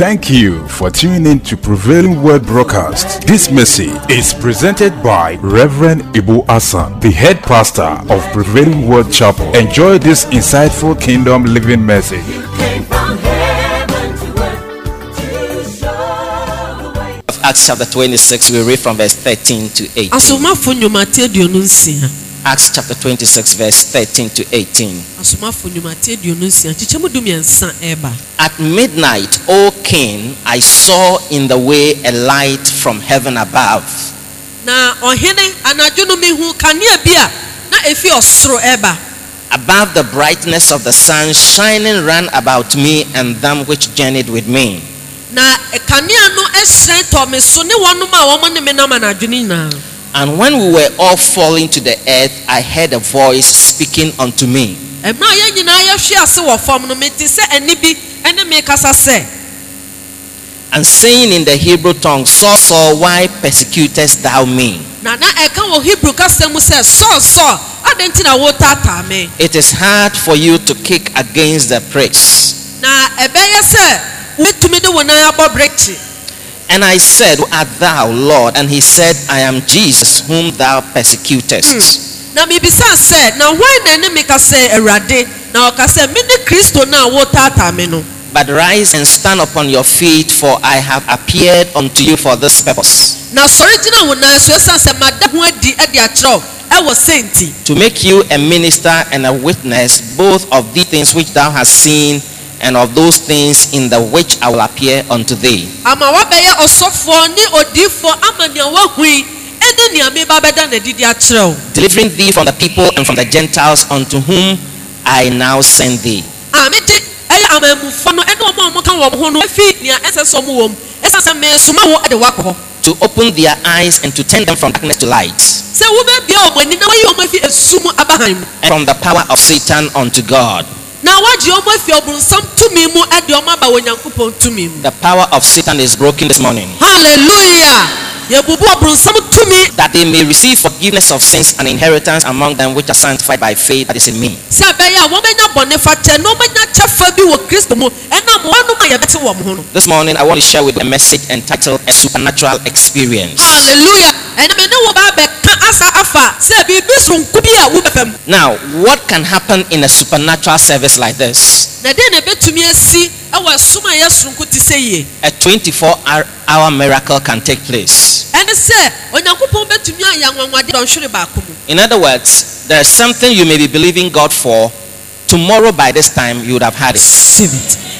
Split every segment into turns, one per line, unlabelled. Thank you for tuning in to Prevailing Word Broadcast. This message is presented by Reverend Ibu Asan, the head pastor of Prevailing Word Chapel. Enjoy this insightful kingdom living message.
came from heaven to earth to show the way.
of Acts chapter 26, we read from verse 13 to 18.
asomafo nnwomate aduonu nsia
Acts chapter 26, verse 13 to 18.
asomafo nnwomate aduonu nsia kyekyɛ mu du mmiɛnsa ɛreba
At midnight, O king, I saw in the way a light from heaven above,
na ɔhene anadwo no mehu kanea bi a na efi ɔsoro ɛreba
above the brightness of the sun, shining round about me and them which journeyed with me.
na kanea no ɛhyerɛn tɔ me so ne wɔn a wɔn ne me nam anadwo no nyinaa
And when we were all falling to the earth, I heard a voice speaking unto me.
ɛmɛ a yɛn nyinaa yɛhwe ase wɔ fam no mete sɛ ɛni bi ɛne me kasa sɛ
And saying in the Hebrew tongue, Saul, Saul, why persecutest thou me?
na na ɛka wɔ hebrew kasa mu sɛ sɔɔsɔɔ adan ti na wɔtaataa me
It is hard for you to kick against the pricks.
na ɛbɛyɛ sɛ wɔtumi de wɔn nan abɔ brekye.
And I said, Who art thou, Lord? And he said, I am Jesus, whom thou persecutest.
na mibisa sɛ na wɔn na ɛne mi ka sɛ awurade na ɔka sɛ mi ne kristo na wɔtaata mi no
But rise and stand upon your feet, for I have appeared unto you for this purpose
na sɔre gyina wɔn nan so esan sɛ ma da ho adi ɛde akyerɛw ɛwɔ senti
to make you a minister and a witness both of the things which thou hast seen and of those things in the which I will appear unto thee.
ama wɔbɛyɛ ɔsɔfoɔ ne odiifoɔ ama nea wɔahu yi ɛne nea mi ba bɛda n'adidi akyerɛw
delivering thee from the people and from the Gentiles unto whom I now send thee.
ami gye ɛyɛ amamufo no ɛne wɔn a wɔn ka wɔn ho no efi nea ɛsɛ sɛ wɔn wɔ mu ɛsan sɛ mɛ soma wɔn ɛde wɔakɔ hɔ
to open their eyes and to turn them from darkness to light
sɛ wɔbɛbia wɔn ani na wɔyi wɔn afi esum abahan mu
and from the power of Satan unto God.
na wɔagye wɔn afi ɔbonsam tumi mu ɛde wɔn aba wɔnyankopɔn tumi mu.
The power of Satan is broken this morning
hallelujah yɛbubu ɔbonsam tumi
that they may receive forgiveness of sins and inheritance among them which are sanctified by faith that is in me.
sɛ ɛbɛyɛ a wɔbɛnya bɔne fakyɛ na wɔbɛnya kyɛfa bi wɔ kristo mu ɛnam wɔnom a yɛbɛte wɔn ho no
This morning I want to share with you a message entitled A Supernatural Experience.
hallelujah ɛne me ne wo ba bɛka asa afa sɛ biribi sonko bi a wobɛfa mu
Now, what can happen in a supernatural service like this?
na dɛn na ɛbɛtumi asi ɛwɔ ɛsom a yɛ sonko te sɛ yie
A 24 hour- hour miracle can take place.
ɛne sɛ onyankopɔn bɛtumi ayɛ anwanwadeɛ dɔnhwere baako mu
In other words, there is something you may be believing God for. Tomorrow by this time, you would have had it.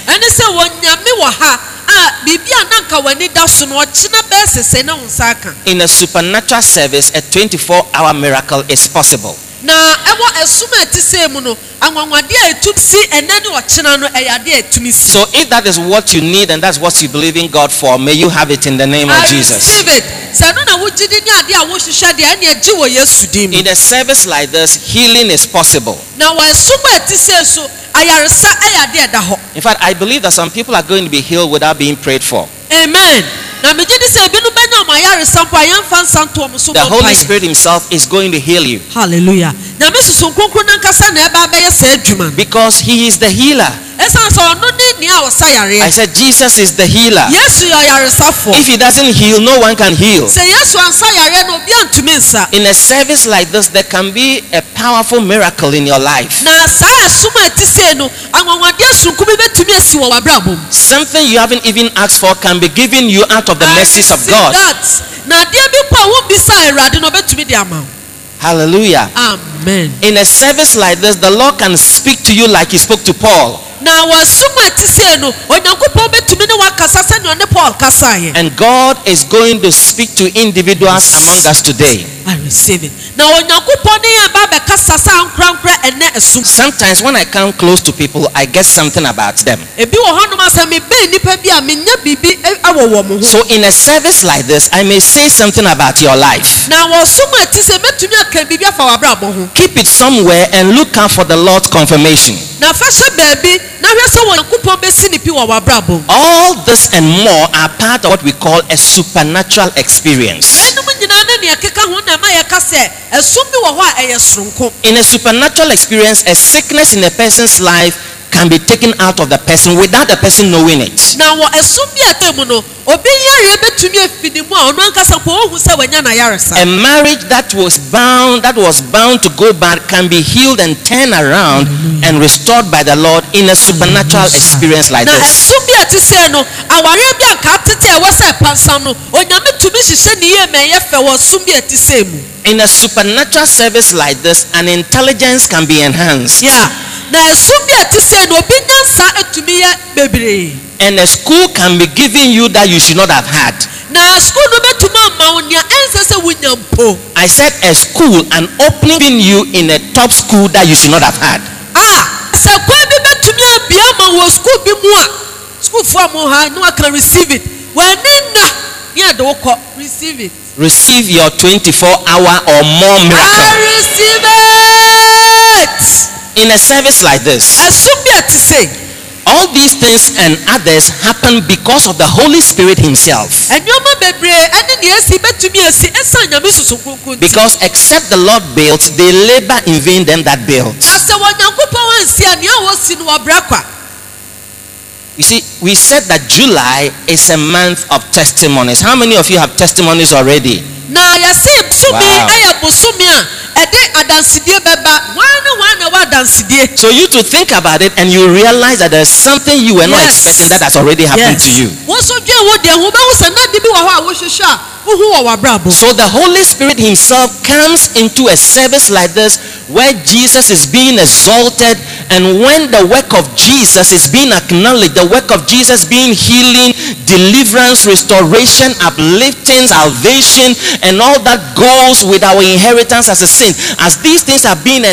ɛne sɛ wɔnyame wɔ ha a biribi a na anka w'ani da so no ɔkyena bɛɛ sesɛ na wo nsa aka
In a supernatural service, a 24 hour miracle is possible.
na ɛwɔ ɛsom a ɛte sɛ mu no anwanwadeɛ a ɛtum si ɛnɛ ne ɔkyena no ɛyɛ adeɛ a ɛtumi si
So, if that is what you need and that's what you believe in God for, may you have it in the name of
I
Jesus.
receive it sɛ no na wogye di ne adeɛ a wohyehyɛ deɛ ɛne agye wɔ yesu din mu
In a service like this, healing is possible.
na wɔ ɛsom a ɛte sɛ so ayaresa ɛyɛ adeɛ a ɛda hɔ
In fact, I believe that some people are going to be healed without being prayed for.
amen na megye di sɛ ebinom bɛnya ɔmo ayaresa mpo a yɛmfa nsa nto ɔmo so
The Holy
bɔmpaeɛ
Spirit Himself is going to heal you
halleluya nyame soso nkronkron nankasa na ɛba abɛyɛ saa adwuma no
because He is the healer.
ɛsiane sɛ ɔno ne nea a ɔsa
I
yareɛ
said, Jesus is the healer.
yesu yɛ ɔyaresafoɔ
If He doesn't heal, no one can heal.
sɛ yesu ansa yareɛ no obi antumi nsa
In a service like this, there can be a powerful miracle in your life.
na saa ɛsom a ɛte sei no anwanwadeɛ sonko bi bɛtumi asi wɔ w'abrabɔ mu
Something you haven't even asked for can be given you out of the
I
mercies of
receive
God.
that. na adeɛ bi po a wombisa awurade no ɔbɛtumi de ama wo
Hallelujah.
amen
In a service like this, the Lord can speak to you like He spoke to Paul,
na wɔasom a ɛte sei no onyankopɔn bɛtumi ne woakasa sɛnea ɔne paul kasaeɛ
and God is going to speak to individuals among us today.
I receive it. na onyankopɔn ne yɛba bɛkasa saa nkorankora ɛnɛ ɛsom
Sometimes when I come close to people, I get something about them.
ebi wɔ hɔnom a sɛ mebɛn nnipa bi a menya biribi ɛ- awɔ wɔ mo ho
So in a service like this, I may say something about your life.
na wɔsom a ɛte sɛ mɛtumi aka biribi afa w'abrabɔ ho
Keep it somewhere and look out for the Lord's confirmation.
na fa hyɛ baabi na hwɛ sɛ onyankopɔn bɛsi ne pi wɔ w'abrabɔ mu
All this and more are part of what we call a supernatural experience.
ɛnum nyinaa ne nea keka ho na ɛma yɛka sɛ ɛsom bi wɔ hɔ a ɛyɛ soronko
In a supernatural experience, a sickness in a person's life can be taken out of the person without the person knowing it.
na wɔ ɛso bi a ɛtɔ mu no obi yareɛ bɛtumi afi ne mu a ɔno ankasa po ohu sɛ wanya n'ayaresa
A marriage that was bound that was bound to go bad can be healed and turned around and restored by the Lord in a supernatural experience like
na
this.
ɛso bi a ɛte sɛ no awareɛ bi a nka tete a ɛwɔ sɛ ɛpansam no onyame tumi hyehyɛ ne yie ma ɛyɛ fɛ wɔ so bi a ɛte sɛ mu
In a supernatural service like this, an intelligence can be enhanced
ya na ɛso bi a ɛte sɛ no obi nyansa atumi yɛ bebree
and a school can be given you that you should not have had.
na sukuu no bɛtumi ama wo nea ɛnsɛ sɛ wonya mpo
I said a school, an opening you in a top school that you should not have had.
a sɛ kwan bi bɛtumi abia ma wɔ sukuu bi mu a sukuufoɔ a mo ha ne wakana receive it wɔani na ne ade wo kɔ receive it
Receive your 24 hour or more
i
miracle.
receive it
In a service like this,
ɛsom bi a te sɛ
all these things and others happen because of the Holy Spirit Himself.
nneɛma bebree ɛne nea esi bɛtumi asi ɛsan nyame soso kunkun ti
Because except the Lord builds, they labor in vain them that build.
na sɛ wɔnyankopɔn ansi a nea wɔsi no wɔbrɛ kwa
You see, we said that July is a month of testimonies. How many of you have testimonies already?
na yɛse
Wow.
bosome ɛyɛ bosome a ɛde adansidie bɛba wɔn ne wɔn na ɛwɔ adansidie
So you to think about it and you realize that there's something you were not
Yes.
expecting that has already happened to you.
wọ́n sọ jẹ́ ìwọ diẹ wọn bẹ́ẹ̀ sẹ́ náà níbi wà hó àwọn ṣoṣo à huhu wà wà abúlé àbọ̀.
So the Holy Spirit Himself comes into a service like this where Jesus is being exalted, and when the work of Jesus is being acknowledged, the work of Jesus being healing, deliverance, restoration, uplifting, salvation, and all that goes with our inheritance as a sin, as these things are being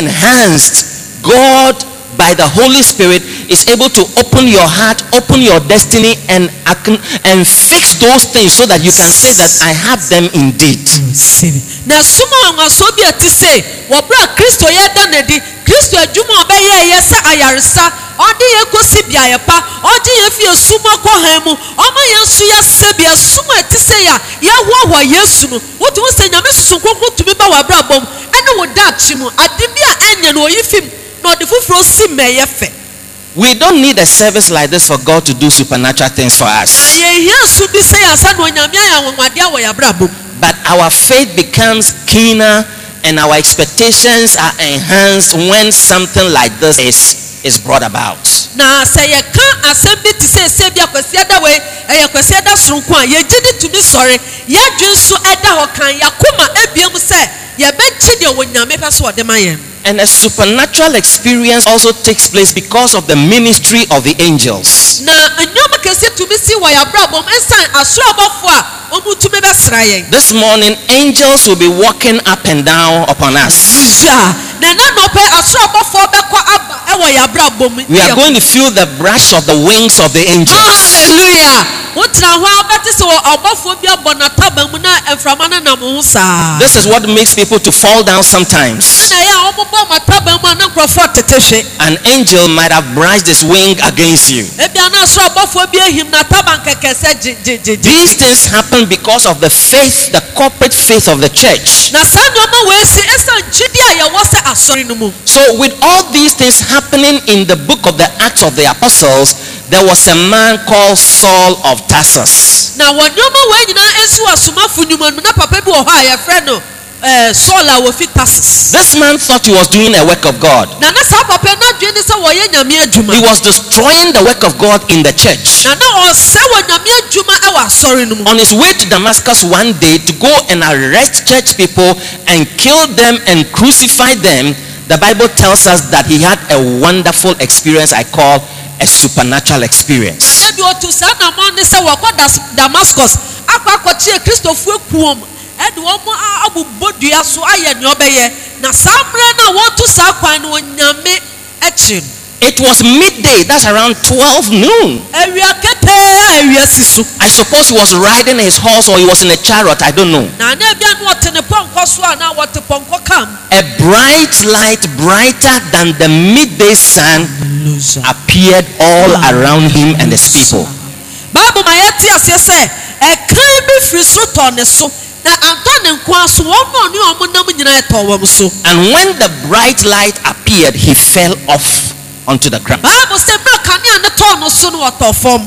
enhanced, God by the Holy Spirit is able to open your heart, open your destiny, and acc- and fix those things so that you can say that I have them indeed.
na ẹ̀sùnmọ̀ àwọn aṣọ bí ẹ ti sè wọ́n bẹ̀rẹ̀ kristo yẹ dáná di kristo ẹ̀dwuma ọbẹ̀ yẹ ẹ̀yẹ sẹ́ ayaresa ọdí yẹ kó sí bí àyẹ̀pá ọdí yẹ fi ẹ̀sùnmọ̀ kọ́ hàn mu ọmọ yẹn nso yẹ sẹ́ bí ẹ̀sùnmọ̀ ẹ̀ ti sẹ́ yà yẹ hùwà yẹsù nù wọ́n ti wọ́n sẹ́ nyàmé sùn kókó tùmí bá wà abúlé àbọ̀ mu ẹni wò dá àkyi mu adé bí à ẹ̀nyẹ̀ nà òyì fìm nà ọ̀dẹ̀ foforọ sí mẹ̀ẹ́yẹ fẹ̀.
We don't need a service like this for God to do supernatural things for us.
yɛhia so bi sɛ yɛasa na onyame ayɛ anwanwadeɛ wɔ yɛabrabɔ mu
But our faith becomes keener and our expectations are enhanced when something like this is, is brought about.
na sɛ yɛka asɛm bi te sɛ ɛsɛ bi akwasiɛ da wei ɛyɛ akwasiɛ da soronko a yɛgye ne tumi sɔre yɛadwe nso ɛda hɔ kan yɛakoma abiem sɛ yɛbɛnkye deɛ onyame pɛ so ɔde ma yɛn
And a supernatural experience also takes place because of the ministry of the angels.
na nneɛma kɛse tumi si wɔ yɛabrabɔ mu ɛnsan asorɔbɔfoɔ a ɔmu tumi bɛsra yɛn
This morning, angels will be walking up and down upon us.
Twa, na ɛna nɔpɛ asorɔbɔfoɔ bɛkɔ aba ɛwɔ yɛabrabɔ mu
We
ne
are
yɛ-
going to feel the brush of the wings of the angels.
hallelujah wotena hɔ a wobɛte sɛ wɔ ɔbɔfoɔ bi abɔ n'ataba mu na mframa no nam ho saa
This is what makes people to fall down sometimes.
ɛna ɛyɛ a wɔbobɔ mo ataba mu a na nkurɔfoɔ tete hwe
An angel might have brushed his wing against you.
ebia na soro ɔbɔfoɔ bi ahim n'ataba nkɛkɛ sɛ gyegyegye
These things happen because of the faith, the corporate faith of the church.
na saa nneɛma wɔasi ɛsiane gyidi a yɛwɔ sɛ asɔre no mu
So, with all these things happening in the book of the Acts of the Apostles, there was a man called Saul of Tarsus.
na wɔ nneɛma wɔn nyinaa ɛsi wɔ asomafo nnwuma mu na papa bi wɔ hɔ a yɛfrɛ no ɛɛ sɔl a wɔfi tasis
This man thought he was doing a work of God.
na na saa papa no adwene ne sɛ wɔyɛ nyame
He
adwuma
was destroying the work of God in the church.
na na ɔsɛ wɔ nyame adwuma ɛwɔ asɔre no mu
On his way to Damascus one day to go and arrest church people and kill them and crucify them, the Bible tells us that he had a wonderful experience I call a supernatural experience.
ebi otu saa na mma ne sɛ wɔkɔ Das- damascus akɔ akɔkyerɛ kristofoɔ kuom ɛde wɔn mo a- abobɔ dua so ayɛ nea ɔbɛyɛ na saa mmerɛ no a wɔtu saa kwan no onyame akyi
It was midday, that's around 12 noon.
no awia ketee a awia si so
I suppose he was riding his horse or he was in a chariot, I don't know.
na ne bia no wɔte ne pɔnkɔ so a na wɔte pɔnkɔ kam
A bright light, brighter than the midday sun, appeared all around him and his people.
bible ma yɛte aseɛ sɛ ɛkan "E bi firi so tɔ ne so na antɔ ne nko a so wɔn a ɔne wɔn nam nyinaa ɛtɔ wɔn so
And when the bright light appeared, he fell off onto the ground.
bible sɛ bere a kanea ne tɔɔ no so no wɔtɔ fam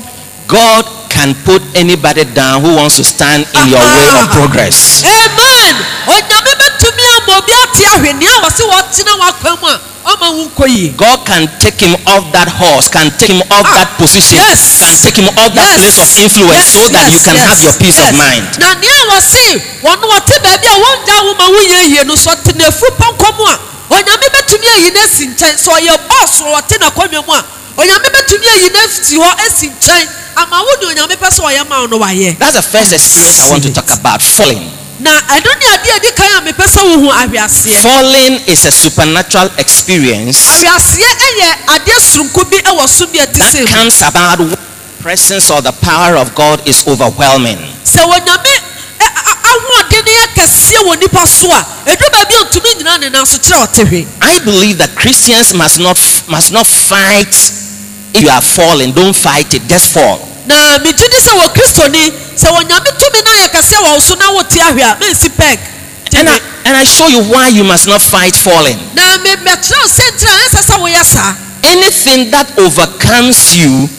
God can put anybody down who wants to stand in your way of progress.
amen onyame bɛtumi ama obi ate ahwene a wɔse wɔtena wakwa mu a ɔma wo nkɔ yie
God can take him off that horse, can take him off
Ah,
that position,
yes.
can take him off that
Yes.
place of influence so that you can have your peace of
yes.
mind.
na nea wɔse wɔno wɔte baabi a wɔngya woma wo yie yie no so ɔtena afuru pɔnkɔ mu a onyame bɛtumi ayi no asi nkyɛn sɛ ɔyɛ bɔs no wɔte n'akɔnnwa mu a onyame bɛtumi ayi no asi hɔ asi nkyɛn ama wo ne onyame pɛ sɛ ɔyɛ ma wo no wayɛ
That's the first experience I want to
Excellent.
talk about falling.
na ɛno ne adeɛ a ɛdi kan a mepɛ sɛ wohu ahweaseɛ
Falling is a supernatural experience
ahweaseɛ yɛ adeɛ soronko bi wɔ so bi a ɛte
that
sɛ mu
comes about when the presence or the power of God is overwhelming.
sɛ wɔnyame ɛ- a- ahoɔden no yɛ kɛseɛ wɔ nipa so a ɛduru baabi a ntumi nyina ne nan so kyerɛ ɔte hwe
I believe that Christians must not must not fight if you are falling. Don't fight it. Just fall.
na megye di sɛ wɔ kristoni sɛ wɔnyame tumi no yɛ kɛseɛ wɔ wo so na wote ahwe a mensi pɛg
And I and I show you why you must not fight falling.
na me- mɛkyerɛ wo sɛ ntira ɛnsɛ sɛ woyɛ saa
Anything that overcomes you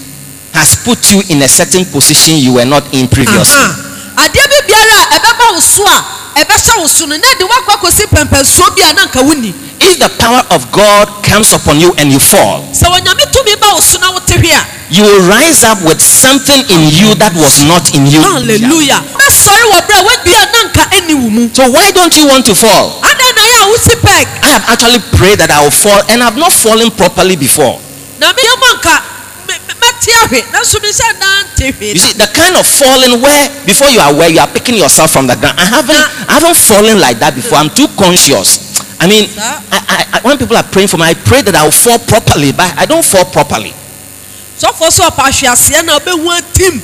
has put you in a certain position you were not in previously.
Aha. adeɛ bi biara a ɛbɛba wo so a ɛbɛhyɛ wo so no na de woakɔ akɔsi pɛmpɛnsuo bi a na nka woni
If the power of God comes upon you and you fall,
sɛ wɔnyame tumi ba wo so na wote hwe a
you will rise up with something in you that was not in you.
hallelujah wobɛsɔre wɔ berɛ a wadua na nka ɛni wo mu
So why don't you want to fall?
adɛn na yɛ a wosi pɛg
I have actually prayed that I will fall and I've not fallen properly before.
na meyɛ mɔ nka me- me- mɛte ahwe nanso mehyɛ daa nte hwe
You see, the kind of falling where before you are aware, you are picking yourself from the ground. I haven't, I haven't fallen like that before. I'm too conscious. I mean, I, I, I, when people are praying for me, I pray that I will fall properly, but I don't fall properly.
sɔfoɔ sɛ ɔpa ahweaseɛ na ɔbɛhu atim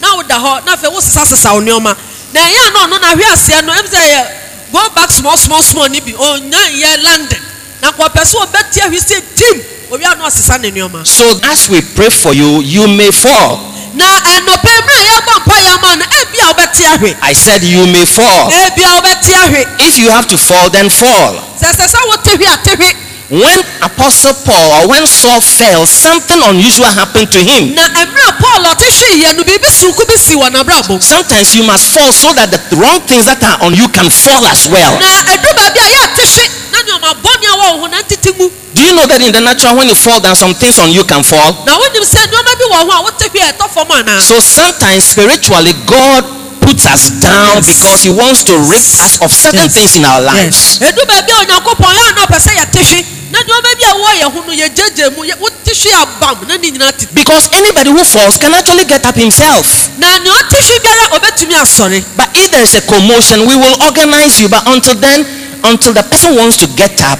na woda hɔ na afei wosesasesa wo nneɔma na ɛyɛ a na ɔno na ahweaseɛ no ɛm sɛ ɛyɛ go back small small small ne bi ɔnya yɛ london na nka ɔpɛ sɛ ɔbɛte ahwe sɛ tim owia na ɔsesa ne nneɔma
So as we pray for you, you may fall.
na ɛnɔpɛ mmerɛ a yɛbɔ mpa yɛ ma no ebia wobɛte ahwe
I said you may fall.
ebia wobɛte ahwe
If you have to fall, then fall.
sɛ sɛ sɛ wote hwe a te hwe
When Apostle Paul or when Saul fell, something unusual happened to him.
na mmerɛ a paul ɔte hwe yɛ no biribi soronko bi si wɔ n'abrabom
Sometimes you must fall so that the wrong things that are on you can fall as well.
na ɛduru baabi a yɛate hwe na nneɔma bɔne a wɔwɔ ho na ntete mu
Do you know that in the natural, when you fall down, some things on you can fall?
na wonim sɛ nneɔma bi wɔ ho a wote hwe a ɛtɔ fam anaa
So sometimes spiritually, God puts us down
Yes.
because He wants to rid us of certain
Yes.
things in our lives.
ɛduru baabi a onyankopɔn yɛ a na ɔpɛ sɛ yɛte hwe na nneɔma bi a ɛwɔ yɛ ho no yɛgyegye mu yɛ- wote hwe abam na ne nyinaa tete
Because anybody who falls can actually get up himself.
na nea ɔte hwe biara ɔbɛtumi asɔre
But if there is a commotion, we will organize you. But until then, until the person wants to get up,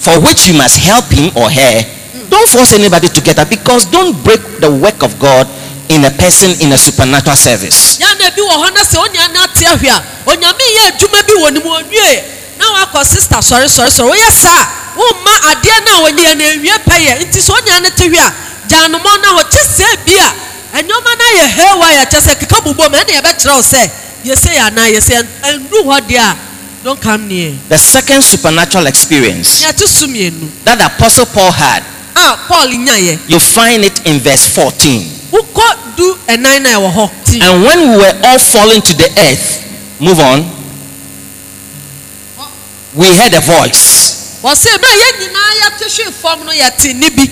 for which you must help him or her, don't force anybody to get up because don't break the work of God in a person in a supernatural service.
yɛa na bi wɔ hɔ na sɛ onyaa no ate ahwe a onyame yɛ adwuma bi wɔ ne mu ɔnwie na wakɔ sista sɔresɔresɔre woyɛ saa womma adeɛ no a ɔyɛ no awie pɛyɛ nti sɛ onyaa no te hwe a gyanomɔ no hɔ kye sɛ bi a ɛnneɔma no ayɛ hawa yɛkyɛ sɛ keka bobɔ mu ɛne yɛbɛkyerɛ wo sɛ yɛse yɛ anaa yɛsɛ ɛnduru hɔ deɛ a don't come near
The second supernatural experience
yɛte so mmienu
that the Apostle Paul had,
a paul nyaeɛ
you find it in verse 14.
wokɔ du ɛnan na ɛwɔ hɔ ti
And when we were all fallen to the earth, move on, we heard a voice.
wɔ se bɛɛ yɛn nyinaa yɛte hwe fam no yɛte ne bi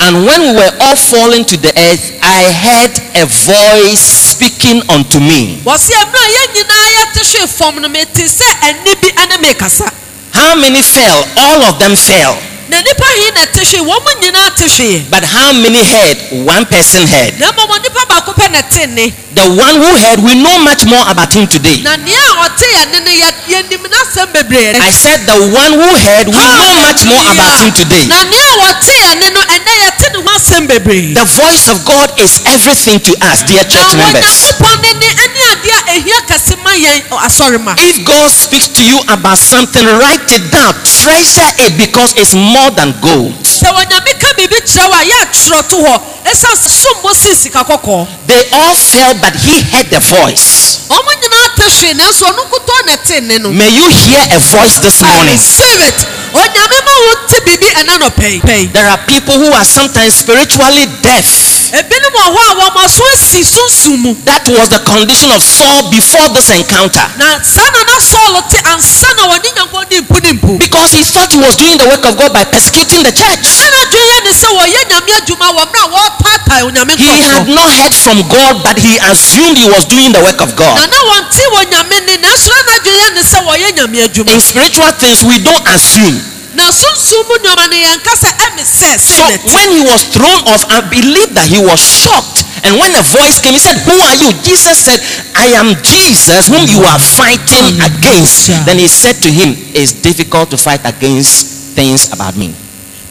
And when we were all fallen to the earth, I heard a voice speaking unto me.
wɔsi mmerɛ yɛn nyinaa yɛte hwe fam no mete sɛ ɛni bi ɛne mi kasa
How many fell? All of them fell.
na nipa yi na ɛte hwe wɔn mu nyinaa te hwe
But how many heard? One person heard.
na mmom nipa baako pɛ na ɛte ne
The one who heard, we know much more about him today.
na nea a ɔte yɛ ne ne yɛ yɛnim n'asɛm bebree
I said, the one who heard, we know much more about him today.
na nea a ɔte yɛ ne no ɛnɛ yɛte ne ho asɛm bebree
The voice of God is everything to us, dear church
na
members.
wɔnyamepɔ ne ne ɛne adeɛ a ehia kɛse ma yɛn asɔre ma
If God speaks to you about something, write it down. Treasure it because it's more than gold.
sɛ wɔnyame ka biribi kyerɛ wo a yɛatwerɛ to hɔ ɛsiane sɛ sombo sii sika kɔkɔɔ
They all fell, but he heard the voice.
wɔn nyinaa te hwee nanso ɔno nkotoɔ na ɛte ne no
May you hear a voice this
I
morning.
receive it onyame ma wo nte biribi ɛna nɔpɛi
There are people who are sometimes spiritually deaf.
ebinom wɔ hɔ a wɔn aso asi sunsun mu
That was the condition of Saul before this encounter.
na saa na na sɔɔlo te ansa na wɔne nyanko di mpu ne mpu
Because he thought he was doing the work of God by persecuting the church.
saa na dwe yɛ ne sɛ wɔyɛ nyame adwuma wɔ mmerɛ a wɔretaataa onyame
He had
nkɔfoɔ
not heard from God, but he assumed he was doing the work of
na
God.
na wɔn ti wɔ nyame ne na esoro na dwe yɛ ne sɛ wɔyɛ nyame
In
adwuma
spiritual things, we don't assume.
na sunsun mu nneɛma no yɛn kasa ɛmi sɛ
So
sɛ ne ti
when he was thrown off, I believe that he was shocked. And when a voice came, he said, Who are you? Jesus said, I am Jesus whom you are fighting against. Then he said to him, It's difficult to fight against things about me.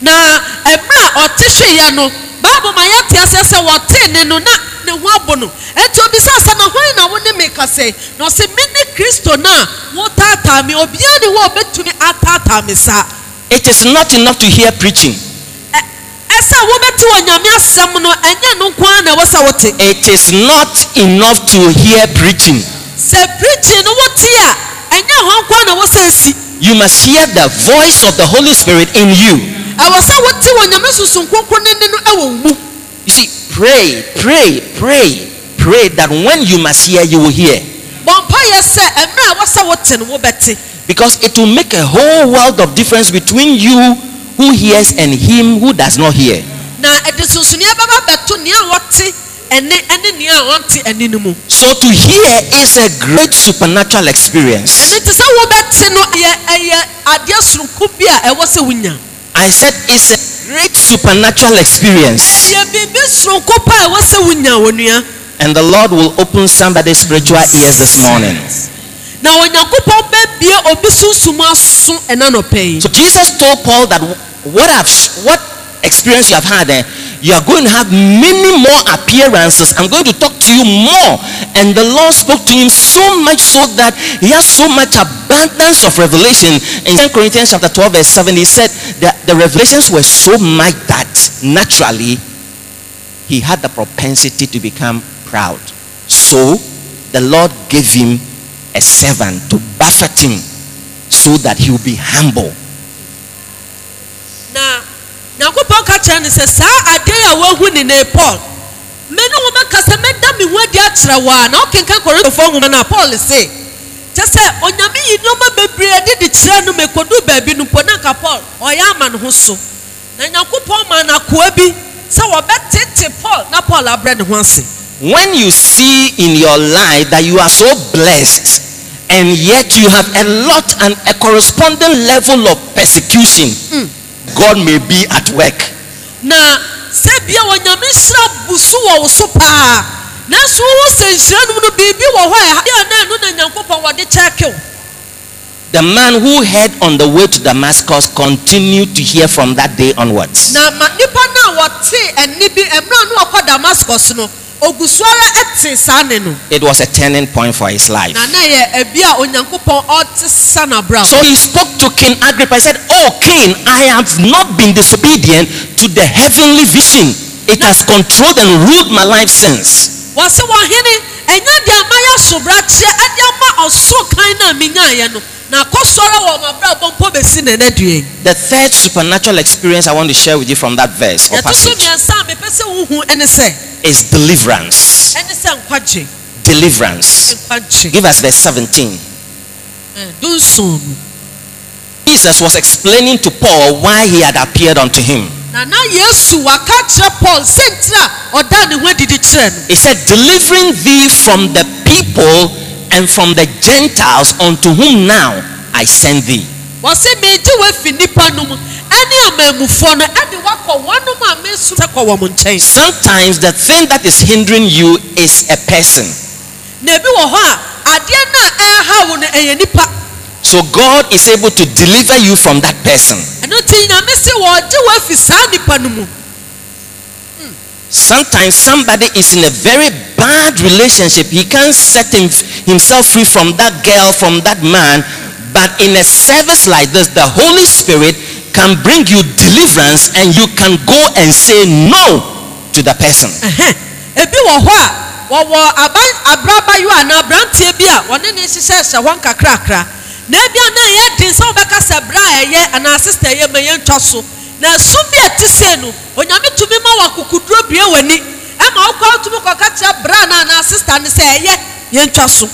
na mmerɛ a ɔte hwe yɛ no baabu ma yɛte ase sɛ wɔte ne no na ne ho abo no eti obi sɛ asa na hwan na wɔne mi kasa na ɔsi mi ne kristo na wɔtaataa mi obiara ne wɔ a obetumi ataataa mi saa
It is not enough to hear preaching,
Ɛ- ɛsɛ a wɔbɛte e wɔ nyame asɛm no ɛnyɛ no nko ara na ɛwɔ sɛ wɔte
it is not enough to hear preaching.
sɛ preaching no wɔte a ɛnyɛ hɔn nko ara na ɛwɔ sɛ esi
You must hear the voice of the Holy Spirit in you.
ɛwɔ sɛ wɔte wɔ nyame sunsun koko ne ne no ɛwɔ wɔn mu.
You see, pray, pray, pray, pray that when you must hear, you will hear.
bɔnpa yɛ sɛ mmerɛ a wɔsɛ wɔte no wɔbɛte
Because it will make a whole world of difference between you who hears and him who does not hear.
na ɛde sunsumiɛ bɛba bɛto nea wɔte ɛne ɛne nea wɔnte ɛne no mu
So to hear is a great supernatural experience.
ɛne te sɛ wɔbɛte no yɛ ɛyɛ adeɛ soronko bi a ɛwɔ sɛ wonya
I said it's a great supernatural experience.
ɛyɛ biribi soronko pa a ɛwɔ sɛ wonya wɔ nua
And the Lord will open somebody's spiritual ears this morning.
na onyankopɔn bɛbie obi sunsum aso ɛna nɔpɛ yi
So Jesus told Paul that what I've what experience you have had, eh, you are going to have many more appearances. I'm going to talk to you more. And the Lord spoke to him so much so that he has so much abundance of revelation. In 2 Corinthians chapter 12, verse 7, he said that the revelations were so much that naturally he had the propensity to become proud. So the Lord gave him a servant to buffet him so that he will be humble.
na nyankopɔn ka kyerɛ ne sɛ saa adeɛ a wɔahu ne ne paul me ne wo bɛkasa mɛda me ho adi akyerɛ wo a na wokenka korintofoɔ nwoma no a paul se kyɛ sɛ onyame yi nneɔma bebree de de kyerɛ no mekɔdu baabi no mpo na nka paul ɔyɛ ama ne ho so na nyankopɔn ma nakoa bi sɛ wɔbɛtete paul na paul abrɛ ne ho ase
When you see in your life that you are so blessed and yet you have a lot and a corresponding level of persecution, God may be at work.
na sɛ bia onyame hyira bu so wɔ wo so paa nanso wowo sɛ nhyira nom no biribi wɔ hɔ a ɛhadeɛ na ɛno na nyankopɔn wɔde kyɛɛ kew
The man who heard on the way to Damascus continued to hear from that day onwards.
na ma nipa naa wɔte ɛni bi ɛmira no ɔkɔ damascus no ogusuara ɛte saa ne no
It was a turning point for his life.
na na yɛ ebi a onyankopɔn ɔte sa n'abra
So he spoke to King Agrippa. He said, Oh, King, I have not been disobedient to the heavenly vision. It has controlled and ruled my life since.
wɔsi wɔhene ɛnya deɛ ama yɛ sobrakyeɛ ɛde ama ɔso kan na mi nya yɛ no na kɔ sɔrɔ wɔ ɔmo abira bɔnpɔ besi na ɛna due
The third supernatural experience I want to share with you from that verse or
yɛto so
passage
mmiɛnsa a mepɛ sɛ huhu ɛne sɛ
is deliverance.
ɛne sɛ nkwagye
Deliverance.
nkwagye
Give us verse 17.
ɛɛ dunsun mu
Jesus was explaining to Paul why he had appeared unto him.
na na yesu waka kyerɛ paul sentira ɔda ne ho adidi kyerɛ no.
He said, Delivering thee from the people and from the Gentiles unto whom now I send thee.
wɔsi meegye woafi nipa no mu ɛne amammufoɔ no ɛde wakɔ wɔnom a mesu sɛ kɔ wɔn nkyɛn
Sometimes the thing that is hindering you is a person.
na ebi wɔ hɔ a adeɛ no a ɛreha wo no ɛyɛ nipa
So God is able to deliver you from that person.
ɛno nti nyame se wɔɔgye woafi saa nipa no mu
Sometimes somebody is in a very bad relationship. He can't set him, himself free from that girl, from that man. But in a service like this, the Holy Spirit can bring you deliverance and you can go and say no to the person.
Ɛhɛn. ebi wɔ hɔ a wɔwɔ aban abrabayewa anaa aberanteɛ bi a wɔne ne hyehyɛhyɛ hɔ nkakrakra na ebi a na ɛyɛ den sɛ wɔbɛka sɛ bra a ɛyɛ anaa sista ɛyɛ ma yɛntwa so na ɛsum bi a ɛte sei no onyame tumi ma wɔ akokoduro bue w'ani ɛma wokɔ tumi kɔka kyerɛ bra no anaa sista no sɛ ɛyɛ yɛntwa so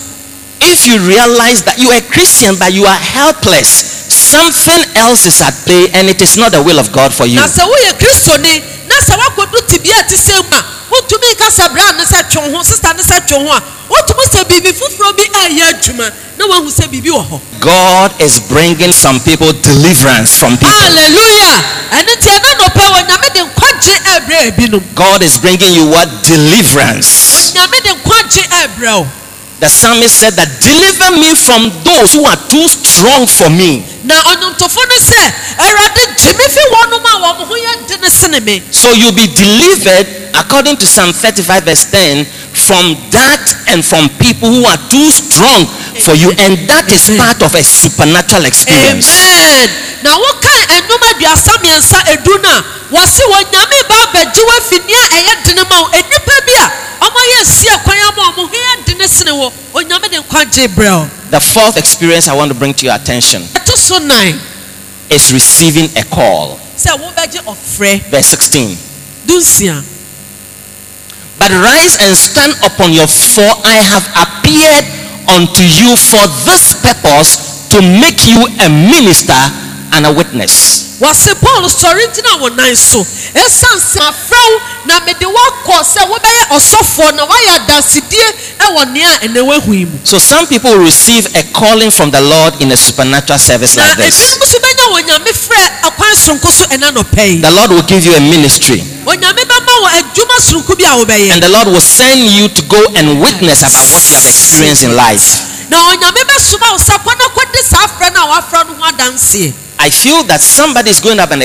If you realize that you are a Christian but you are helpless, something else is at play and it is not the will of God for you.
na sɛ woyɛ kristoni na sɛ woakɔdu tibia a te sɛ mu a wotumi ka sɛ bra no sɛ two ho sista no sɛ two ho a wotumi sɛ biribi foforɔ bi ayɛ adwuma na woahu sɛ biribi wɔ hɔ
God is bringing some people deliverance from people.
aleluya ɛno nti ɛna nɔpɛ wɔ nyame de nkwagye ɛbrɛ binom
God is bringing you what? Deliverance.
nyame de nkwagye ɛbrɛ wo
The psalmist said that deliver me from those who are too strong for me.
na ɔnwontofo no sɛ awurade gye me fi wɔnom a wɔn ho yɛ dene sene me
So you'll be delivered, according to Psalm 35, verse 10, from that and from people who are too strong for you. And that is part of a supernatural experience.
amen na woka ɛnum aduasa mmiɛnsa edu na wɔsi wɔ nyame ba abɛgye wo afi nea ɛyɛ dene ma wo enipa bi a ɔmo ayɛ si ɛkwan ama ɔmo ho yɛ dene sene wo onyame de nkwa gye brɛ wo
The fourth experience I want to bring to your attention
ɛto so nan
is receiving a call.
sɛ wobɛgye ɔfrɛ
Verse 16.
dunsia
But rise and stand upon your four. I have appeared unto you for this purpose to make you a minister and a witness.
wɔsi paul sɔre gyina wo nan so esan sɛ afrɛ wo na mede wɔkɔ sɛ wobɛyɛ ɔsɔfoɔ na woayɛ adansidie ɛwɔ nea ɛnɛ wahu yi mu
So some people receive a calling from the Lord in a supernatural service
na
like
ebi
this.
nso bɛnya wɔ nyame frɛ ɛkwan soronko so ɛna nɔpɛ yi.
The Lord will give you a ministry
onyame bɛma wɔ adwuma soronko bi a
and
wobɛyɛ
the Lord will send you to go and witness about what you have experienced in life.
na onyame bɛsoma wo sɛ kɔ na kɔdi saa frɛ no a woafrɛ no ho adanseɛ
I feel that somebody is going to have an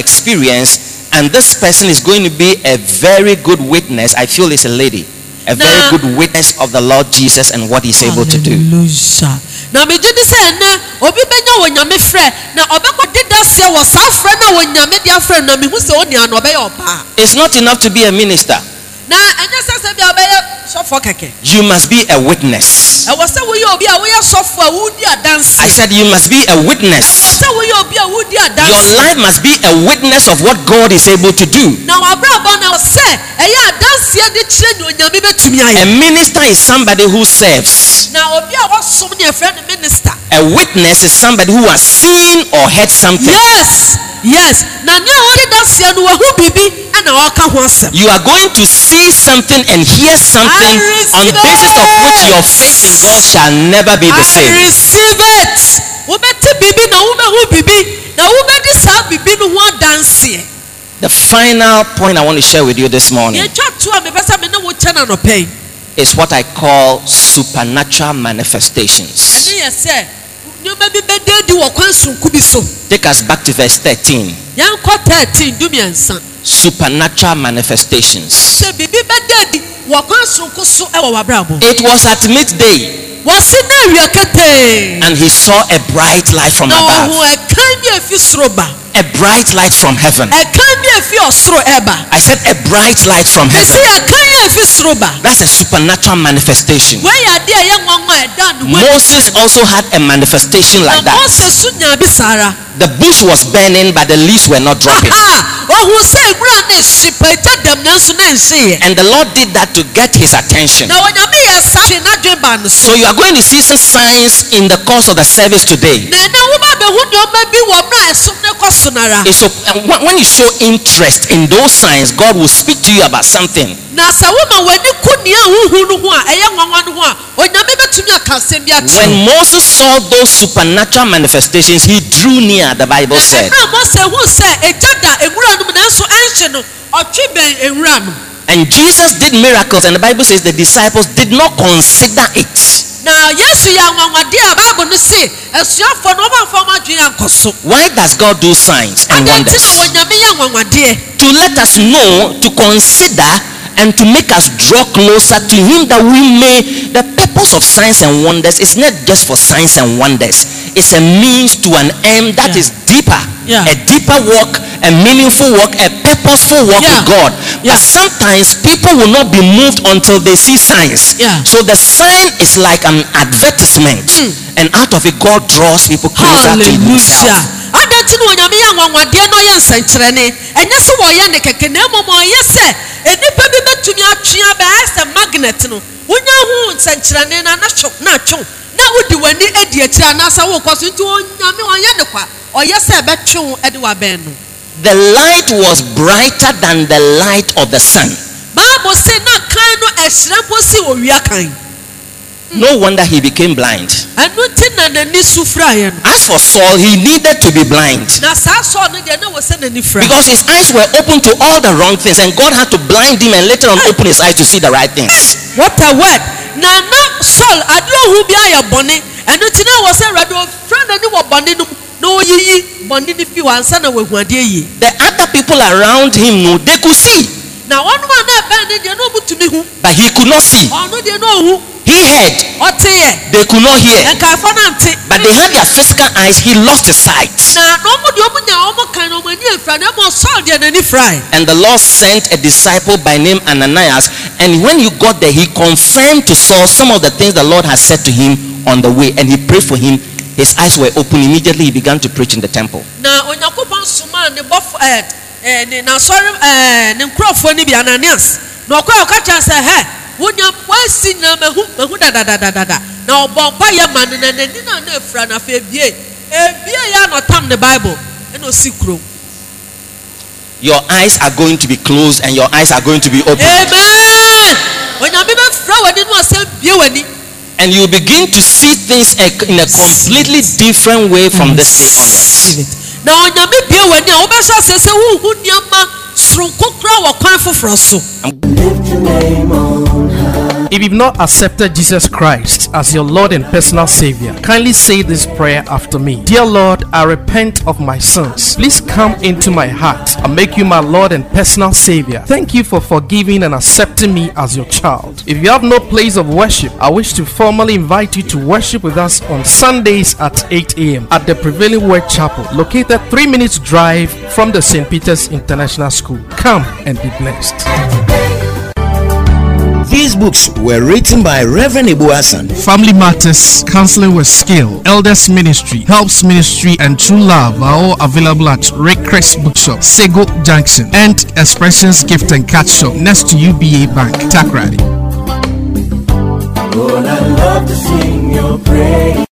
experience and this person is going to be a very good witness. I feel it's a lady. A very
Nah.
good witness of the Lord Jesus and what he's able to do.
Hallelujah. na megye di sɛ ɛnɛ obi bɛnya wɔ nyame frɛ na ɔbɛkɔ dedaseɛ wɔ saa frɛ no a wɔ nyame de afrɛ no na mehu sɛ onua no ɔbɛyɛ ɔbaa
It's not enough to be a minister.
na ɛnyɛ sɛ sɛ bia ɔbɛyɛ sɔfoɔ kɛkɛ
You must be a witness.
ɛwɔ sɛ woyɛ obi a woyɛ sɔfoɔ a wodi
I
adanseɛ
said you must be a
ɛwɔ
witness.
sɛ woyɛ obi a wodi
Your
adanseɛ
life must be a witness of what God is able to do.
na wɔabrɛbɔ no sɛ ɛyɛ adanseɛ de kyerɛ ne onyame bɛtumi ayɛ
A minister is somebody who serves.
na obi a wɔsom ne yɛfrɛ no minista
A witness is somebody who has seen or heard something.
yes yes na nea ɔde da seɛ no wahu biribi ɛna ɔka ho asɛm
You are going to see something and hear something
I receive
on basis of which your faith in God shall never be the
i
same.
receive it wobɛte biribi na wobɛhu biribi na wobɛdi saa biribi no ho adanseɛ
The final point I want to share with you this morning
yɛtwa to a mepɛ sɛ mene wo kyɛ no anɔpɛ yi
is what I call supernatural manifestations.
ɛne yɛ sɛ nneɛma bi bɛdeedi wɔ kwan sonko bi so
Take us back to verse 13.
yɛnkɔ 13 dumiɛnsa
Supernatural manifestations.
sɛ biribi bɛdeedi wɔ kwan sonko so ɛwɔ w'abrabɔ
It was at midday
wɔse na awia ketee
and he saw a bright light from
na
above,
ɔho ɛkan bi a ɛfi soro ba
a bright light from heaven.
ɛkan bi efi ɔsoro ɛba
I said, a bright light from
esi
heaven.
ɛkan yɛ efi soro ba
That's a supernatural manifestation.
wɔyɛ adeɛ a ɛyɛ nwanwa a ɛda ne ho
Moses also had a manifestation like
na
that.
mose so nya bi sara
The bush was burning, but the leaves were not dropping.
aha ɔhu sɛ ewura ne si pɛtɛ dɛm ne nso ne nsi yɛ
And the Lord did that to get his attention.
na wɔnyame yɛ sa fi n'adwin ba ne so
So you are going to see some signs in the course of the service today.
na ɛna wo ba bɛhu nneɛma bi wɔ mmerɛ a ɛsom ne kɔ so nara
It's so, and when- when you show interest in those signs, God will speak to you about something.
na sɛ woma w'ani ku nea huhu no ho a ɛyɛ nwanwa no ho a onyame bɛtumi aka asɛm bi akyerɛ
When Moses saw those supernatural manifestations, he drew near, the Bible
na
said,
ɛna mose hu sɛ egya da ewura no mu nanso ɛnhye no ɔtwe bɛn ewura no.
and Jesus did miracles, and the Bible says the disciples did not consider it.
na yesu yɛ anwanwadeɛ a baabu no se asuafoɔ no wɔn afɔm adwene ankɔ so
Why does God do signs and
adan ti
wonders?
na wɔnyame yɛ anwanwadeɛ
to let us know, to consider, and to make us draw closer to Him that we may. The purpose of signs and wonders is not just for signs and wonders, it's a means to an end that
Yeah.
is deeper.
Yeah.
A deeper walk, a meaningful walk, a purposeful walk with
Yeah.
God.
Yeah.
But sometimes people will not be moved until they see signs.
Yeah. Hmm.
So the sign is like an advertisement. And out of it, God draws people closer to
hallelujah
Himself.
adanti na onyame yɛ anwanwadeɛ na ɔyɛ nsɛnkyerɛnne ɛnyɛ sɛ wɔyɛ ne kɛkɛ na mmom ɔyɛ sɛ nnipa bi bɛtumi atwe abɛɛ sɛ magnet no wonya ho nsɛnkyerɛnne na na hyew na atwew na wode w'ani adi akyiri anaasɛ wokɔ so nti onyame ɔnyɛ ne kwa ɔyɛ sɛ ɛbɛtwe wo de wabɛn no
The light was brighter than the light of the sun.
bible se na kan no ɛhyerɛ mpo si owia kan
No wonder he became blind.
ɛno nti na n'ani su firaeɛ no
As for Saul, he needed to be blind.
na saa sɔɔ no deɛ na wɔ sɛ n'ani fira
Because his eyes were open to all the wrong things, and God had to blind him and later on open his eyes to see the right things.
what a word na na saul adeɛ ohun bi ayɛ bɔnne ɛnu ti na wɔ sɛ ɛwurade ofura n'ani wɔ bɔnne no mu na oyiyi bɔnne no fi wɔn ansa na wɔahu adeɛ yie
The other people around him knew they could see,
na wɔn mu a na ɛbɛn ne deɛ na ɔmu tumi hu
but he could not see.
ɔno deɛ na ɔhu
He heard,
ɔte yɛ
they could not hear.
nkaefo na nte
But they had their physical eyes, he lost his sight.
na na ɔmu deɛ ɔmu nya ɔmu kan na ɔmu ani efura na ɛmu saul deɛ n'ani fura yɛ
And the Lord sent a disciple by name Ananias, and when he got there, he confirmed to Saul some of the things the Lord had said to him on the way, and he prayed for him. His eyes were open. Immediately, he began to preach in the temple.
na onyankopɔn soma ne bɔfo ɛɛ ɛɛ ne n'asɔre ɛɛ ne nkurɔfoɔ ne bi ananias na ɔkɔ a ɔka kyerɛ sɛ hɛ wonya wɔasi nyinaa mahu mahu dadadadadada na ɔbɔ mpa yɛ ma no na n'ani na na efura na afei ebie ebie yɛ na ɔtam ne bible ɛna osi kurom
Your eyes are going to be closed, and your eyes are going to be open.
amen onyame bɛ fura w'ani na ɔsɛ bie w'ani
and you begin to see things a- in a completely different way from this day onwards.
na onyame bie w'ani a wobɛsɔ asɛ sɛ wohu nneɛma soronko kora wɔ kwan foforɔ so
If you've not accepted Jesus Christ as your Lord and personal Savior, kindly say this prayer after me. Dear Lord, I repent of my sins. Please come into my heart and make you my Lord and personal Savior. Thank you for forgiving and accepting me as your child. If you have no place of worship, I wish to formally invite you to worship with us on Sundays at 8 a.m. at the Prevailing Word Chapel, located 3 minutes drive from the St. Peter's International School. Come and be blessed.
These books were written by Reverend Ibu Hassan.
Family Matters, Counseling with Skill, Elders Ministry, Helps Ministry, and True Love are all available at Redcrest Bookshop, Sego Junction, and Expressions Gift and Catch Shop next to UBA Bank, Takrady.